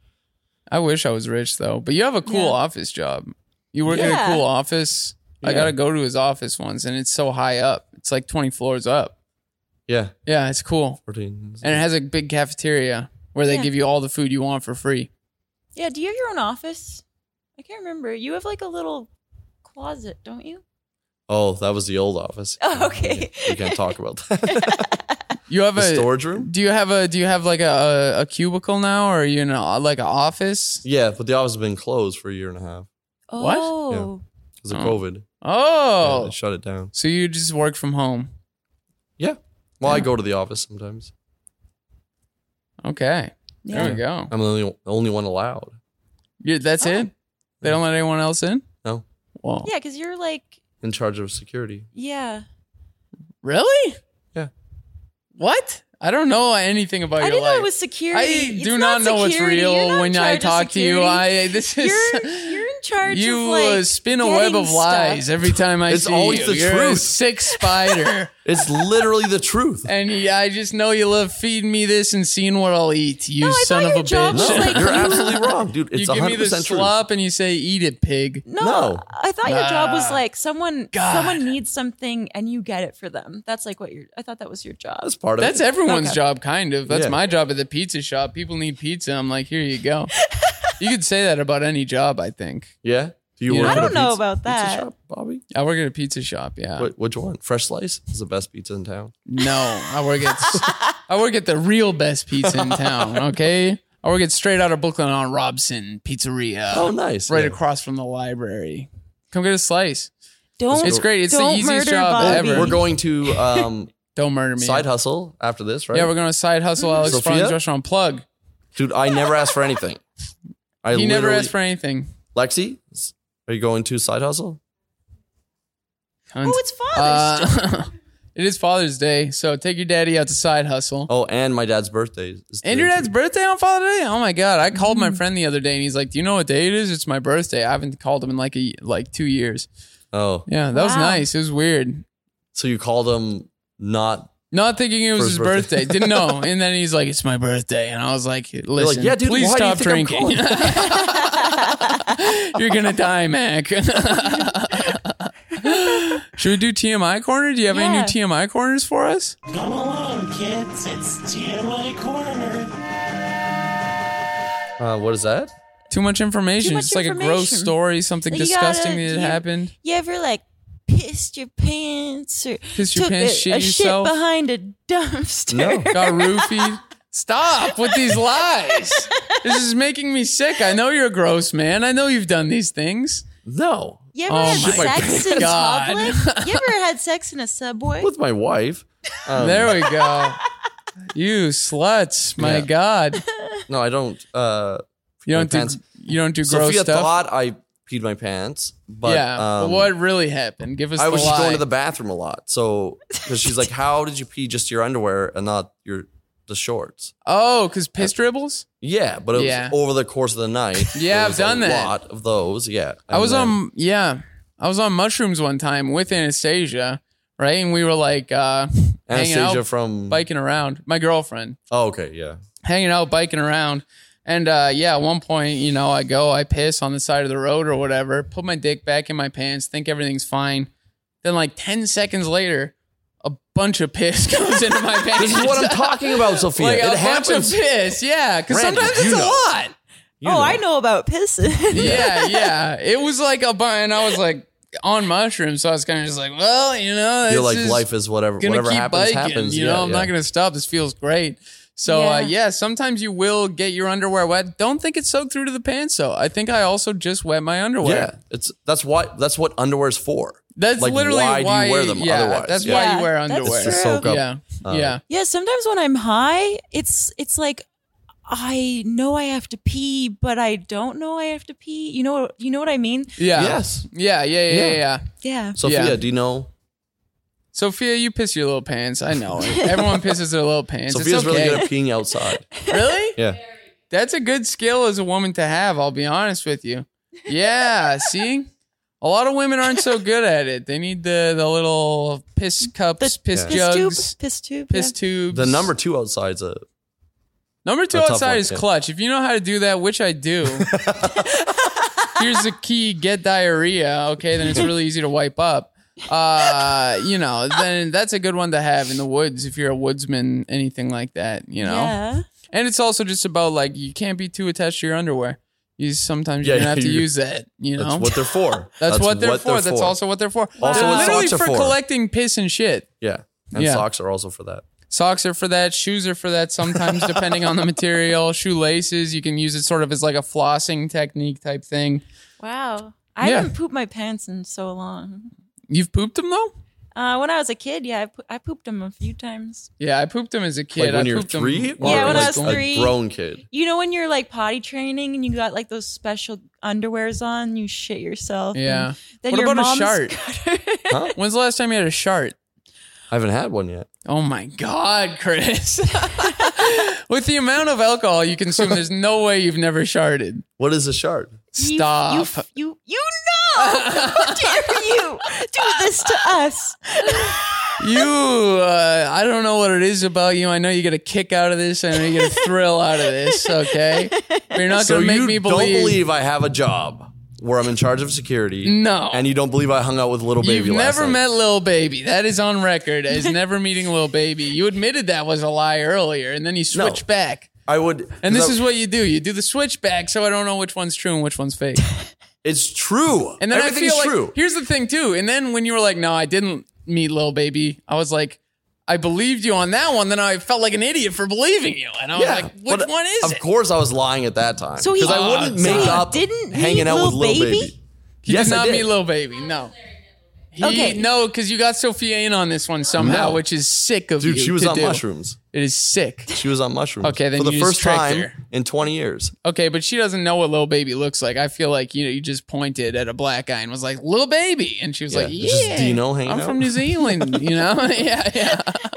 I wish I was rich though. But you have a cool
Yeah.
office job. You work in a
Yeah.
cool office. I
Yeah.
gotta go to his office once, and it's so high up. It's like twenty floors up.
Yeah.
Yeah, it's cool,
14.
and it has a big cafeteria where they
Yeah.
give you all the food you want for free.
Yeah, do you have your own office? I can't remember. You have like a little closet, don't you?
oh, that was the old office.
Oh, okay.
We can't talk about that.
You have
the
a
storage room?
do you have a do you have like a, a, a cubicle now, or are you in a, like an office?
Yeah, but the office has been closed for a year and a half
What?
Oh.
because of
Oh.
COVID. Yeah,
Oh,
they shut it down.
so you just work from home?
Yeah. Well, I go to the office sometimes.
Okay,
Yeah.
there we go.
I'm the only, the only one allowed.
you that's
Oh.
it. They don't let anyone else in.
No.
Well,
Yeah, cuz you're like
in charge of security.
yeah.
Really?
Yeah.
What? I don't know anything about
I
your
didn't
life.
know it was security.
Oh, I
It's
do not, know what's
security. You're not
real
in
when I
charge of
talk to you.
security.
I this is
you're, you're in charge
you
of like
uh, spin a web
getting
of
stuff.
lies every time I
It's
see
always
you.
the
you're a
truth.
sick spider,
It's literally the truth.
and yeah, I just know you love feeding me this and seeing what I'll eat. You
No, I thought
son of
your
a
job
bitch!
was
No,
like-
you're absolutely wrong, dude. It's
you give me
100
the
percent true.
slop and you say, "Eat it, pig."
No,
No.
I thought your job was
Ah,
like someone
God.
someone needs something and you get it for them. That's like what your I thought that was your job.
That's part of
That's
it.
everyone's
Okay.
job, kind of. That's
Yeah.
my job at the pizza shop. People need pizza. I'm like, here you go. you could say that about any job, I think.
yeah. Do you
Yeah.
work
I
at a
don't know
pizza-
about that.
Pizza shop, Bobby.
I work at a pizza shop. Yeah.
What which one? Fresh Slice is the best pizza in town.
No, I work at I work at the real best pizza in town. Okay, I work at straight out of Brooklyn on Robson Pizzeria,
Oh, nice.
Uh, right
yeah.
across from the library. Come get a slice.
Don't
It's great. It's the
don't
easiest
murder
job
Bobby.
ever.
We're going to um,
Don't murder me.
side hustle after this, right?
Yeah, we're gonna side hustle Alex
Sophia?
Farley's restaurant. Plug.
dude. I never asked for anything. I
he never
literally-
asked for anything.
Lexi. s- Are you going to side hustle?
Oh, it's Father's Day.
Uh, it is Father's Day, so take your daddy out to side hustle.
Oh, and my dad's birthday. Is
And your
today,
dad's
too.
birthday on Father's Day? Oh my god! I called my friend the other day, and he's like, "Do you know what day it is? It's my birthday. I haven't called him in like a like two years."
Oh,
Yeah, that was
Wow.
nice. It was weird.
so you called him not?
Not thinking it was
For
his
his
birthday.
birthday.
Didn't know. And then he's like, "It's my birthday," and I was like, "Listen,
"Yeah, dude,
please
why do you
stop
think I'm
drinking. You're gonna die, Mac." Should we do TMI corner? Do you have any
Yeah.
new TMI corners for us?
Come along, kids. It's TMI Corner.
Uh, what is that?
Too much information.
Too much
Just like a gross
information.
story, something
You
disgusting
gotta-
that
you-
happened.
You ever like pissed your pants or
Pissed your
took
pants,
a,
shit
a
yourself?
shit behind a dumpster?
No.
Got roofied. Stop with these lies. This is making me sick. I know you're a gross man. I know you've done these things.
No.
You ever
Oh
had
my
sex in
God.
public? You ever had sex in a subway?
With my wife. Um,
There we go. You sluts. My
Yeah.
God.
No, I don't. Uh,
You don't do,
pants.
you don't do gross
Sophia
stuff.
thought I peed my pants, but
yeah. but
um,
what really happened? Give us
I
the
was
lie.
just going to the bathroom a lot. So, because she's like, "How did you pee just your underwear and not your the shorts?"
oh, because piss dribbles?
Yeah, but it
Yeah.
was over the course of the night.
Yeah,
there
I've
was
done
a
that.
lot of those. Yeah,
I was um,
And then-
on yeah. I was on mushrooms one time with Anastasia, right? And we were like uh hanging
Anastasia
out,
from.
biking around. My girlfriend.
Oh, okay, yeah.
hanging out, biking around. And uh, yeah, at one point, you know, I go, I piss on the side of the road or whatever, put my dick back in my pants, think everything's fine. Then, like 10 seconds later, a bunch of piss goes into my pants.
This is what I'm talking about, Sophia.
like a
it happens.
bunch of piss. Yeah. Because
Brandon,
sometimes
you
it's a
know.
lot.
You
Oh, I know about pissing.
Yeah. Yeah. It was like a bunch. And I was like on mushrooms. So I was kind of just like, well, you know,
You're
this
like
is-
life is whatever.
gonna
Whatever
keep
happens
biking.
happens.
You
yeah,
know, I'm
yeah.
not gonna stop. This feels great. So yeah. Uh,
Yeah.
yeah, sometimes you will get your underwear wet. Don't think it's soaked through to the pants though. I think I also just wet my underwear.
Yeah, it's that's why that's what underwear is for.
That's
Like,
literally
why
why,
do you wear them
yeah,
otherwise?
That's
Yeah.
why you wear
Yeah, that's
underwear.
It's to soak up.
yeah.
uh,
yeah.
Yeah, sometimes when I'm high, it's it's like I know I have to pee, but I don't know I have to pee. You know, you know what I mean?
Yeah.
Yes,
Yeah. Yeah. Yeah. Yeah.
Yeah.
yeah.
Yeah.
Sophia.
Yeah.
Do you know
Sophia, you piss your little pants. I know. it. Everyone pisses their little pants.
Sophia's
it's okay.
really good at peeing outside?
really?
Yeah,
That's a good skill as a woman to have, I'll be honest with you. Yeah, see? A lot of women aren't so good at it. They need the the little piss cups, piss
Piss tube,
jugs,
piss tube.
piss
yeah.
tubes.
the number two outside's a
number two
a tough
outside
one,
is
yeah.
clutch. If you know how to do that, which I do, here's the key: get diarrhea. Okay, then it's really easy to wipe up. Uh, you know, then that's a good one to have in the woods if you're a woodsman, anything like that. You know,
Yeah.
And it's also just about like you can't be too attached to your underwear. You sometimes
Yeah,
you're gonna have to
you-
use that. You know,
that's what they're for.
That's what they're for. That's also what they're for.
Also
they're
what
literally
socks are
for
for.
collecting piss and shit.
yeah, and
Yeah.
socks are also for that.
Socks are for that. Shoes are for that. Sometimes, depending on the material, shoelaces you can use it sort of as like a flossing technique type thing.
Wow. I
Yeah.
haven't pooped my pants in so long.
You've pooped them though.
Uh, when I was a kid, yeah, I, po- I pooped them a few times.
Yeah, I pooped them as a kid.
Like when
I
you're
pooped 'em
three,
while
Yeah, when I
like
was
a
three.
grown kid.
You know when you're like potty training and you got like those special underwears on, you shit yourself. and
Yeah.
Then
What
your
about a
mom's
shart?
Huh?
When's the last time you had a shart?
I haven't had one yet.
Oh my God, Chris! With the amount of alcohol you consume, there's no way you've never sharded.
What is a shard?
You-
Stop.
You, f- you, you know! How dare you do this to us?
You, uh, I don't know what it is about you. I know you get a kick out of this. I know you get a thrill out of this. Okay, but you're not
So
gonna make
you
me believe.
don't believe I have a job where I'm in charge of security?
No.
And you don't believe I hung out with little baby?
You've
last
never
night?
met Lil Baby. That is on record as never meeting Lil Baby. You admitted that was a lie earlier, and then you
No.
switch back.
I would.
And this
I-
is what you do. You do the switch back, so I don't know which one's true and which one's fake.
It's true.
And then
Everything
I feel
is
like
true.
here's the thing too. And then when you were like, "No, I didn't meet Lil Baby," I was like, "I believed you on that one." Then I felt like an idiot for believing you, and I was like, "Which
but uh,
one is
Of
it?"
course, I was lying at that time
So he-
because I
Ah,
wouldn't
so
make
he
up
didn't
hanging
meet
out with
Lil
little baby.
Baby?
He
yes,
did not
I did.
meet Lil Baby. No. He,
Okay.
No, because you got Sophia in on this one somehow,
No.
which is sick of you.
Dude, she was
to
on
do.
mushrooms.
It is sick.
She was on mushrooms.
Okay, then
for the
you just
first
tricked
time
her.
in 20 years.
Okay, but she doesn't know what Lil Baby looks like. I feel like you know you just pointed at a black guy and was like Lil Baby, and she was like,
it's just
"Yeah,
Dino hanging
I'm
out."
from New Zealand, you know? yeah,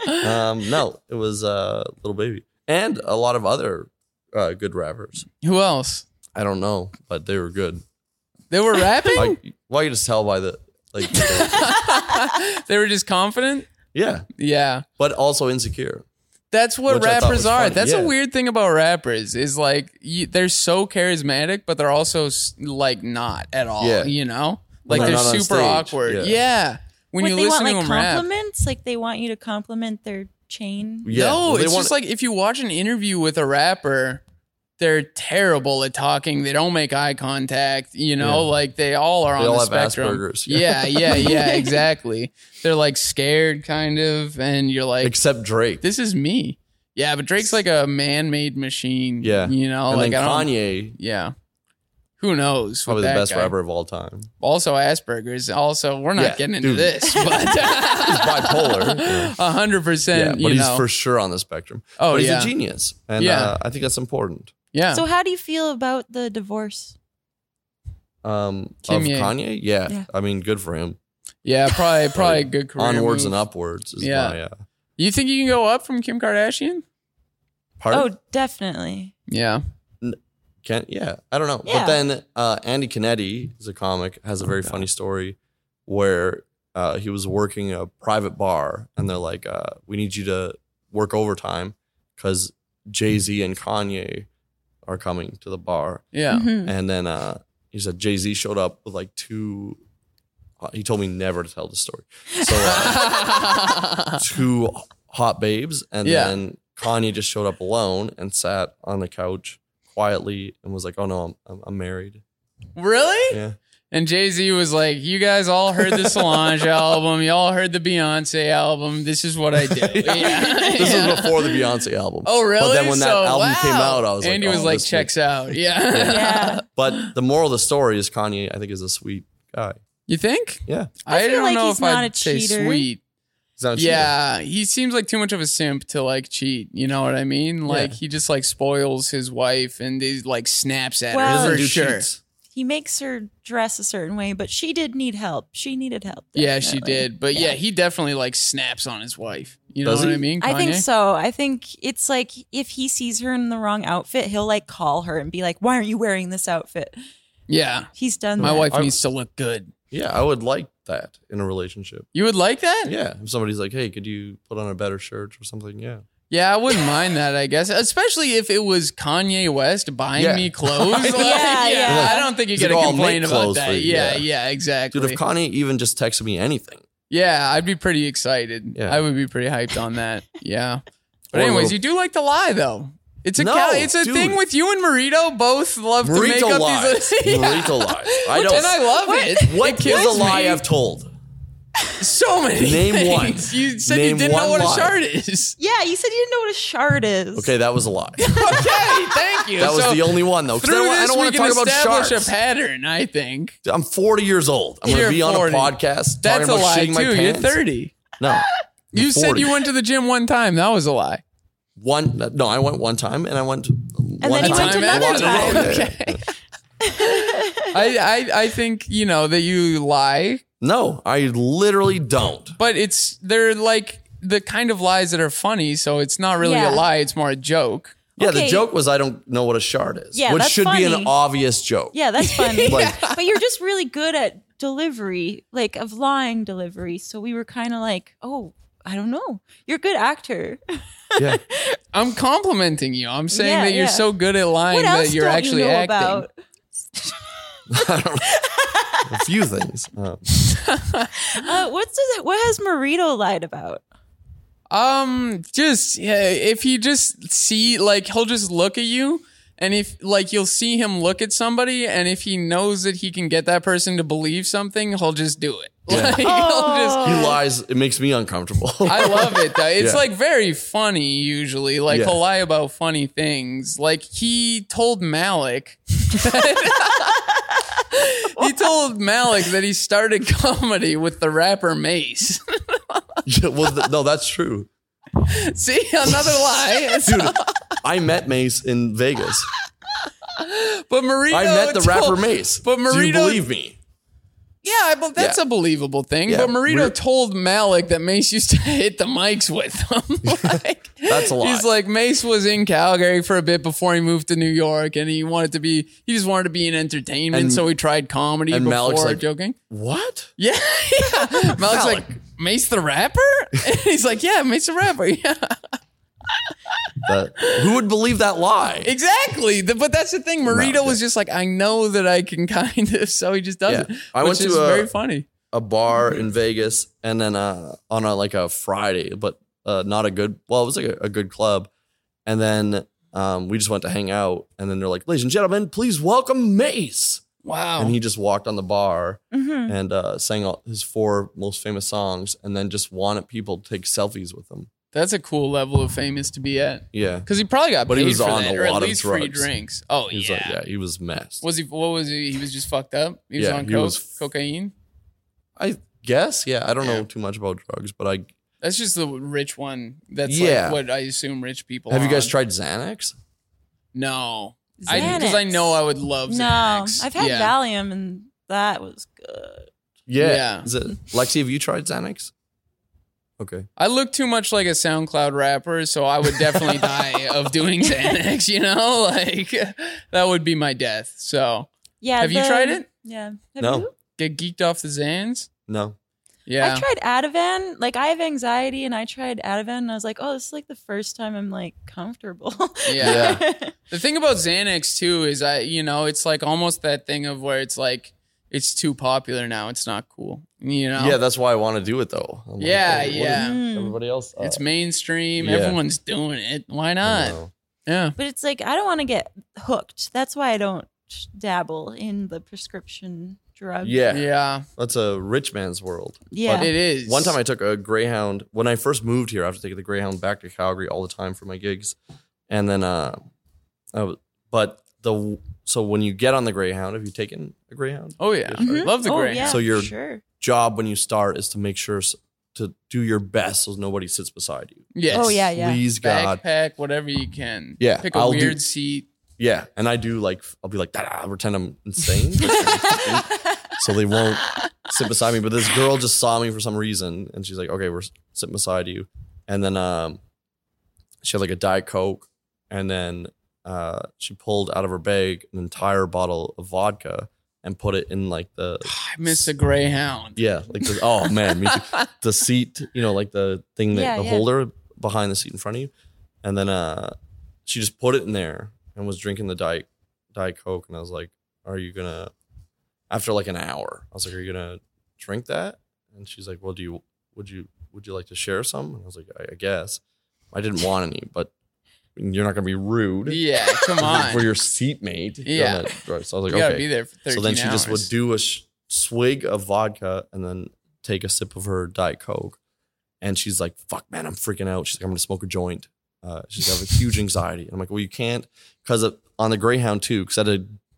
yeah.
Um, no, it was uh, little baby and a lot of other uh, good rappers.
Who else?
I don't know, but they were good.
They were rapping.
Like, well, you just tell by the like, the-
they were just confident.
yeah,
Yeah.
but also insecure.
That's what
Which I thought
rappers
was
are.
funny,
That's
yeah.
a weird thing about rappers is like you, they're so charismatic, but they're also s- like not at all.
Yeah.
You know, like
they're
they're
not on
super
stage,
awkward.
yeah.
Yeah. When
What,
you
they
listen
want
to
like
them rap,
compliments? Like they want you to compliment their chain?
Yeah,
no,
well, they
it's
want-
just like if you watch an interview with a rapper, they're terrible at talking. They don't make eye contact. You know,
Yeah.
like they all are on
all
the
have
spectrum.
Asperger's,
Yeah, yeah,
yeah.
yeah, exactly. They're like scared, kind of, and you're like,
except Drake.
this is me. Yeah, but Drake's like a man-made machine.
Yeah.
you know,
and
oh, like
then
I don't-
Kanye,
Yeah, who knows?
probably
with
the
that
best
guy.
rapper of all time.
Also, Asperger's. Also, we're not
Yeah,
getting into
dude.
this, but
He's bipolar. Yeah.
a hundred
Yeah,
percent.
but
You
he's
know,
for sure on the spectrum.
Oh,
but he's
yeah.
a genius, and
Yeah.
uh, I think that's important.
yeah.
So how do you feel about the divorce?
Um, of
Kimye.
Kanye, yeah.
Yeah.
I mean, good for him.
Yeah, probably probably a good career.
Onwards
move.
and upwards. Is
Yeah.
yeah. My, uh,
You think you can go up from Kim Kardashian?
part.
Oh, definitely.
Yeah.
Can yeah, I don't know.
Yeah.
But then uh, Andy Canetti is a comic, has a very funny story where uh, he was working a private bar, and they're like, uh, "We need you to work overtime because Jay Z and Kanye are coming to the bar."
Yeah.
Mhm.
And then uh, he said Jay Z showed up with like two. uh, he told me never to tell the story. So uh, two hot babes, and
Yeah.
then Kanye just showed up alone and sat on the couch quietly and was like, "Oh no, I'm I'm, I'm married."
really?
Yeah,
And Jay Z was like, "You guys all heard the Solange album. You all heard the Beyonce album. This is what I do." yeah.
this
Yeah.
is before the Beyonce album.
Oh really?
But then when that
So,
album came
wow.
out, I was like,
Andy was
"Oh,
like,
this
"Checks out." Yeah.
Yeah.
But the moral of the story is Kanye, I think, is a sweet guy.
You think?
Yeah,
I,
feel
don't
like
know
he's
if
not
I'd
a
say
cheater.
sweet.
he's not a cheater.
Yeah, he seems like too much of a simp to like cheat. You know what I mean? Like
Yeah.
he just like spoils his wife and he like snaps at
He
Well-
her
doesn't
for
do
sure.
cheats.
He makes her dress a certain way, but she did need help. She needed help.
Yeah, she
definitely.
did. But yeah. he definitely like snaps on his wife. You know
Does
what
he?
I mean?
I think
Kanye?
so. I think it's like if he sees her in the wrong outfit, he'll like call her and be like, "Why aren't you wearing this outfit?"
Yeah,
He's done
my
that.
wife
I-
needs to look good.
Yeah, I would like that in a relationship.
You would like that?
Yeah, if somebody's like, "Hey, could you put on a better shirt or something?" Yeah,
Yeah, I wouldn't mind that, I guess. Especially if it was Kanye West buying
Yeah.
me clothes. Like,
Yeah, yeah.
I don't think you're
He's like,
going to
"Oh, I'll make
complain about
clothes for
that.
you."
Yeah, yeah,
Yeah.
exactly.
dude, if Kanye even just texted me anything,
yeah, I'd be pretty excited.
Yeah.
I would be pretty hyped on that. Yeah. But
Or a
anyways,
little-
you do like to lie though. It's a
No,
ca- it's a
dude.
thing with you and Marito both love to make
Marito
up
lies.
these
Marito lies. I
Which-
don't.
and I love it.
What
it
is
kills
a lie
me.
I've told?
so many
Name
things.
one.
You said you
Name
didn't know what
one
a
lie.
shard is.
yeah, you said you didn't know what a shard is.
Okay, that was a lie.
okay, thank you.
That was
So
the only one though. 'cause I
Through
don't,
this,
I don't
we
want to
can
talk about
establish
sharks.
a pattern. I think
I'm 40 years old. I'm going
You're
to be on
40.
a podcast
that's
talking
a
about
lie
shitting my
too. You're
pants.
30.
No.
You
I'm
said
40.
you went to the gym one time. That was a lie.
one. No, I went one time, and I went.
And then
one
he went to
time
another
walked
time.
alone. Yeah, yeah,
Okay. I, I I think you know that you lie,
yeah. No, I literally don't.
but it's they're like the kind of lies that are funny. So it's not really
Yeah.
a lie; it's more a joke.
Yeah,
Okay.
the joke was I don't know what a shard is,
Yeah,
which
that's
should be
funny.
an obvious joke.
Yeah, that's funny.
Like-
but you're just really good at delivery, like of lying delivery. So we were kind of like, oh, I don't know. You're a good actor.
yeah.
I'm complimenting you. I'm saying
Yeah,
that you're
yeah.
so good at lying
What
that
else
you're
don't
actually
you know
acting.
about?
a few things. Uh,
Uh, what's the, what has Marito lied about?
Um, just yeah, if he just see like he'll just look at you, and if like you'll see him look at somebody, and if he knows that he can get that person to believe something, he'll just do it.
Yeah.
Like, he'll just
he lies. It makes me uncomfortable.
I love it though. It's
Oh. Yeah.
like very funny usually. Like
Yeah.
he'll lie about funny things. Like he told Malik. he told Malik that he started comedy with the rapper Mace.
well, th- no, that's true.
See, another lie.
Dude, I met Mace in Vegas.
But Marito
I met the
told-
rapper Mace.
but
Do you
Marito-
believe me?
Yeah, but that's
Yeah.
a believable thing.
Yeah,
but Marito
we're-
told Malik that Mace used to hit the mics with him. like,
That's a lie.
He's like Mace was in Calgary for a bit before he moved to New York, and he wanted to be. He just wanted to be in entertainment,
And-
so he tried comedy
and
before
Malik's like-
joking.
What?
Yeah, yeah. Malik's like Mace the rapper. And he's like, yeah, Mace the rapper. Yeah,
That- who would believe that lie?
exactly. The- but that's the thing. Marito
yeah.
was just like, I know that I can kind of, so he just does
Yeah.
it.
I
which
went to,
is
uh,
very funny.
A bar in Vegas, and then uh, on a like a Friday, but uh, not a good. Well, it was like a, a good club, and then um, we just went to hang out, and then they're like, "Ladies and gentlemen, please welcome Mace."
Wow.
And he just walked on the bar
Mm-hmm.
and uh, sang all his four most famous songs, and then just wanted people to take selfies with him.
That's a cool level of famous to be at.
Yeah.
Because he probably got
But
paid
he was
for
on
that,
a
or at
lot of
least free
drugs.
drinks. Oh
He was
yeah.
like, yeah, he was messed.
Was he? What was he? He was just fucked up. He was
Yeah,
on
he
coke,
was-
cocaine.
I guess, yeah. I don't
Yeah.
know too much about drugs, but I
That's just the rich one. That's
Yeah.
like what I assume rich people.
have you guys
on.
tried Xanax?
No, because I,
Xanax.
know I would love
No,
Xanax.
I've had
yeah.
Valium and that was good.
Yeah.
Is it, Lexi, have you tried Xanax? Okay.
I look too much like a SoundCloud rapper, so I would definitely die of doing Xanax. You know, like that would be my death. So
Yeah.
Have you
the-
tried it?
Yeah. Have
No.
you?
get geeked off the Xans.
No.
Yeah,
I tried Ativan. Like I have anxiety, and I tried Ativan, and I was like, "Oh, this is like the first time I'm like comfortable."
Yeah. The thing about Xanax too is I, you know, it's like almost that thing of where it's like it's too popular now. It's not cool. You know.
Yeah, that's why I want to do it though. I'm like,
Yeah,
"Hey, what is-
yeah.
Mm.
Everybody else,
it's mainstream.
yeah.
Everyone's doing it. Why
I
not?
don't know.
Yeah.
But it's like I don't want to get hooked. That's why I don't dabble in the prescription drug.
Yeah,
Yeah.
that's a rich man's world.
Yeah.
It is.
One time I took a Greyhound when I first moved here. I have to take the Greyhound back to Calgary all the time for my gigs, and then uh, I was, but the so when you get on the Greyhound, have you taken a Greyhound?
Oh yeah.
Mhm.
Love the
oh,
Greyhound.
Yeah,
So you're-
sure.
Job when you start is to make sure s- to do your best so nobody sits beside you.
Yes.
Oh yeah, yeah.
Please God,
Backpack, whatever you can.
Yeah,
Pick a
I'll do-
weird seat.
yeah. And I do like I'll be like "Da-da," pretend I'm insane, so they won't sit beside me. But this girl just saw me for some reason, and she's like, "Okay, we're sitting beside you." And then um, she had like a diet coke, and then uh, she pulled out of her bag an entire bottle of vodka and put it in like the
Ah, I miss a Greyhound.
yeah, like the, oh man, me too. the seat, you know, like the thing that
Yeah,
the
yeah.
holder behind the seat in front of you, and then uh, she just put it in there and was drinking the diet diet coke, and I was like, "Are you gonna?" After like an hour, I was like, "Are you gonna drink that?" And she's like, "Well, do you would you would you like to share some?" And I was like, "I, I guess." I didn't want any, but you're not gonna be rude.
Yeah. Come on.
For
you
your seatmate, You're on
Yeah.
that drug. So I was like,
gotta
okay.
be there for thirteen
So then she just would
hours.
do a sh- swig of vodka and then take a sip of her Diet Coke. And she's like, fuck, man, I'm freaking out. She's like, I'm going to smoke a joint. Uh, she's having huge anxiety. And I'm like, well, you can't because on the Greyhound too, because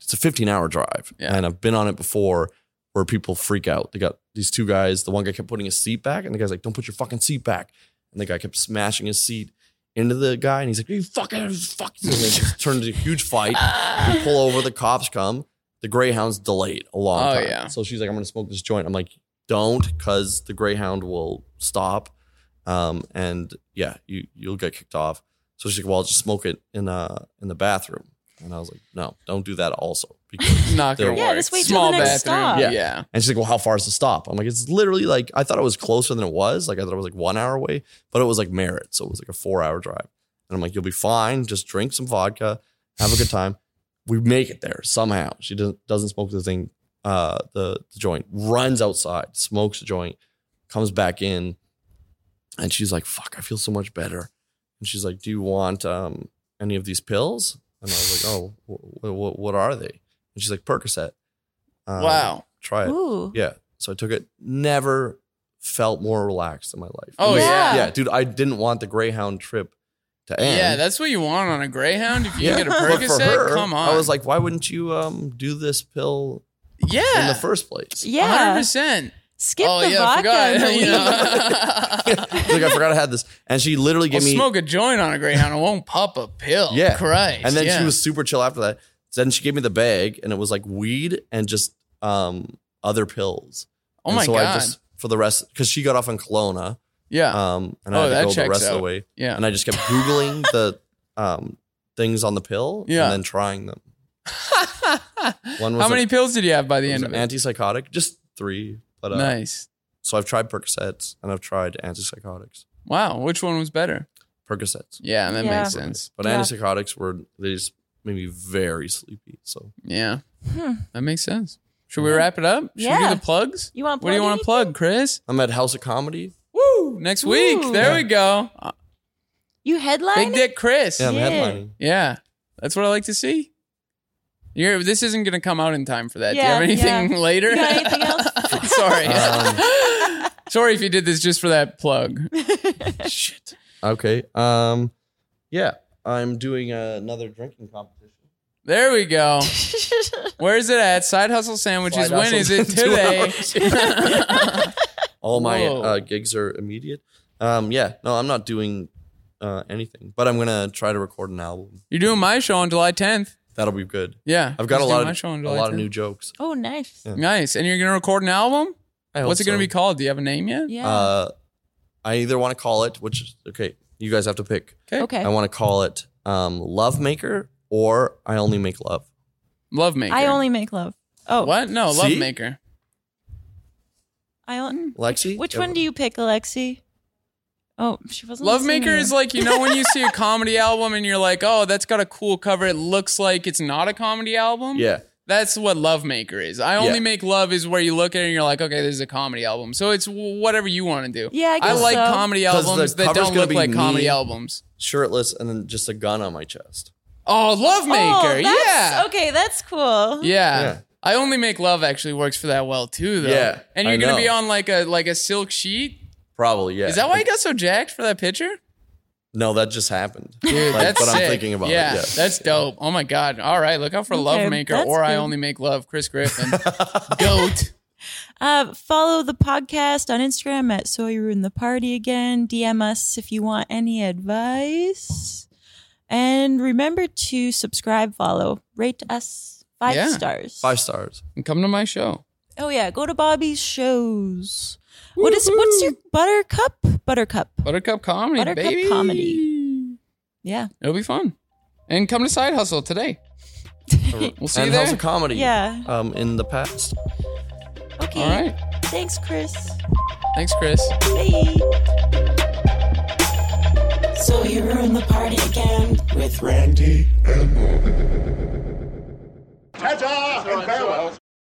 it's a 15 hour drive.
Yeah.
And I've been on it before where people freak out. They got these two guys. The one guy kept putting his seat back and the guy's like, don't put your fucking seat back. And the guy kept smashing his seat into the guy and he's like, you fucking, fucking. And it just turned into a huge fight. We pull over, the cops come. The Greyhound's delayed a long
Oh,
time.
yeah.
So she's like, I'm going to smoke this joint. I'm like, don't, because the Greyhound will stop. Um, and yeah, you, you'll get kicked off. So she's like, well, I'll just smoke it in, uh, in the bathroom. And I was like, no, don't do that also. Because,
Not gonna
Yeah,
work.
just wait till
Small
the next
bathroom.
stop.
Yeah.
Yeah.
yeah.
and she's like, well, how far is the stop? I'm like, it's literally like, I thought it was closer than it was. Like, I thought it was like one hour away, but it was like Merritt. So it was like a four hour drive. And I'm like, you'll be fine. Just drink some vodka, have a good time. We make it there somehow. She doesn't, doesn't smoke the thing, uh, the, the joint, runs outside, smokes the joint, comes back in. And she's like, fuck, I feel so much better. And she's like, do you want um, any of these pills? And I was like, oh, wh- wh- what are they? And she's like, Percocet. Um,
Wow.
Try it.
Ooh.
Yeah. So I took it. Never felt more relaxed in my life.
Oh,
It was-
yeah.
Yeah, dude. I didn't want the Greyhound trip to end.
Yeah, that's what you want on a Greyhound. If you
Yeah.
get a
But for
Percocet,
her,
come on.
I was like, why wouldn't you um do this pill
yeah,
in the first place?
Yeah.
100%.
Skip
oh
the
yeah,
vodka.
I
and the
forgot. You
weed.
know?
like I forgot I had this, and she literally
I'll
gave me.
smoke a joint on a Greyhound. I won't pop a pill.
Yeah.
Christ.
and then
yeah.
she was super chill after that. Then she gave me the bag, and it was like weed and just um other pills.
Oh
And
my
so
god.
I just for the rest because she got off on Kelowna,
yeah.
um, and
Oh,
I
that
had to go
checks
the rest of
out.
the way.
yeah.
and I just kept googling the um, things on the pill
Yeah.
and then trying them. One was
How many
a-
pills did you have by
it
the
was
end
an
of it?
antipsychotic, just three. But uh,
nice.
so I've tried Percocets and I've tried antipsychotics.
Wow. Which one was better?
Percocets,
Yeah, that
Yeah.
makes sense.
but
Yeah.
antipsychotics were they just made me very sleepy. So
Yeah.
Hmm.
That makes sense. Should we wrap it up? Should we
Yeah.
do the plugs?
You want?
What do you want to plug, Chris?
I'm at House of Comedy.
Woo! Next week.
Ooh.
There we go.
You headline.
Big Dick Chris.
Yeah, I'm
Yeah.
headlining.
Yeah, that's what I like to see. You're, this isn't going to come out in time for that.
Yeah,
Do you have anything later?
You got anything else?
Sorry.
Um,
Sorry if you did this just for that plug.
shit. Okay. Um, yeah, I'm doing uh, another drinking competition.
There we go. Where is it at? Side Hustle Sandwiches.
Slide
when
hustle
is it
in two
today?
All my
Whoa.
uh, gigs are immediate. Um, yeah, no, I'm not doing uh, anything, but I'm gonna try to record an album.
You're doing my show on July 10th.
That'll be good.
Yeah.
I've got a
he's
lot
doing my
of
show on
a
July
lot of
10th.
new jokes.
Oh, nice.
Yeah.
Nice. And you're going to record an album?
I hope
What's it going
so.
to be called? Do you have a name yet?
Yeah.
Uh, I either want to call it, which is okay. You guys have to pick.
okay.
I want to call it um, Love Maker or I Only Make Love.
Lovemaker.
I only make love. Oh,
What? No,
See?
Lovemaker.
I only.
Mm. Lexi,
Which one do you pick, Alexi? Oh, she wasn't. listening to
Lovemaker
you.
is like, you know, when you see a comedy album and you're like, oh, that's got a cool cover. It looks like it's not a comedy album.
Yeah,
That's what Lovemaker is. I only
Yeah.
make love is where you look at it and you're like, okay, this is a comedy album. So it's w- whatever you want to do.
Yeah, I
I
guess
like
so.
comedy
'Cause the
albums that
cover's
don't
gonna
look
be
like comedy
me.
albums.
shirtless and then just a gun on my chest.
Oh, Lovemaker.
Oh, that's-
yeah.
Okay, that's cool.
Yeah.
Yeah.
I only make love actually works for that well too though.
Yeah,
And you're
I
gonna be
know.
on like a like a silk sheet.
Probably, yeah.
Is that why you got so jacked for that picture?
No, that just happened.
Dude,
Like,
that's
but I'm
sick.
thinking about it,
yeah,
yeah.
That's dope. Oh my god. All right, look out for
Okay,
Lovemaker
that's
or I
good.
only make love, Chris Griffin. Goat.
Uh, follow the podcast on Instagram at So You Ruin the Party Again. DM us if you want any advice. And remember to subscribe, follow, rate us five
Yeah.
stars.
Five stars.
And come to my show.
Oh yeah, go to Bobby's shows. What is what's your buttercup? Buttercup.
Buttercup comedy,
Buttercup
baby.
Comedy. Yeah.
It'll be fun. And come to Side Hustle today. We'll see
and
you there.
House of Comedy.
Yeah.
Um, in the past.
Okay.
All right.
Thanks, Chris.
Thanks, Chris.
Bye.
So you ruined the party again with Randy and Ta-ta and farewell.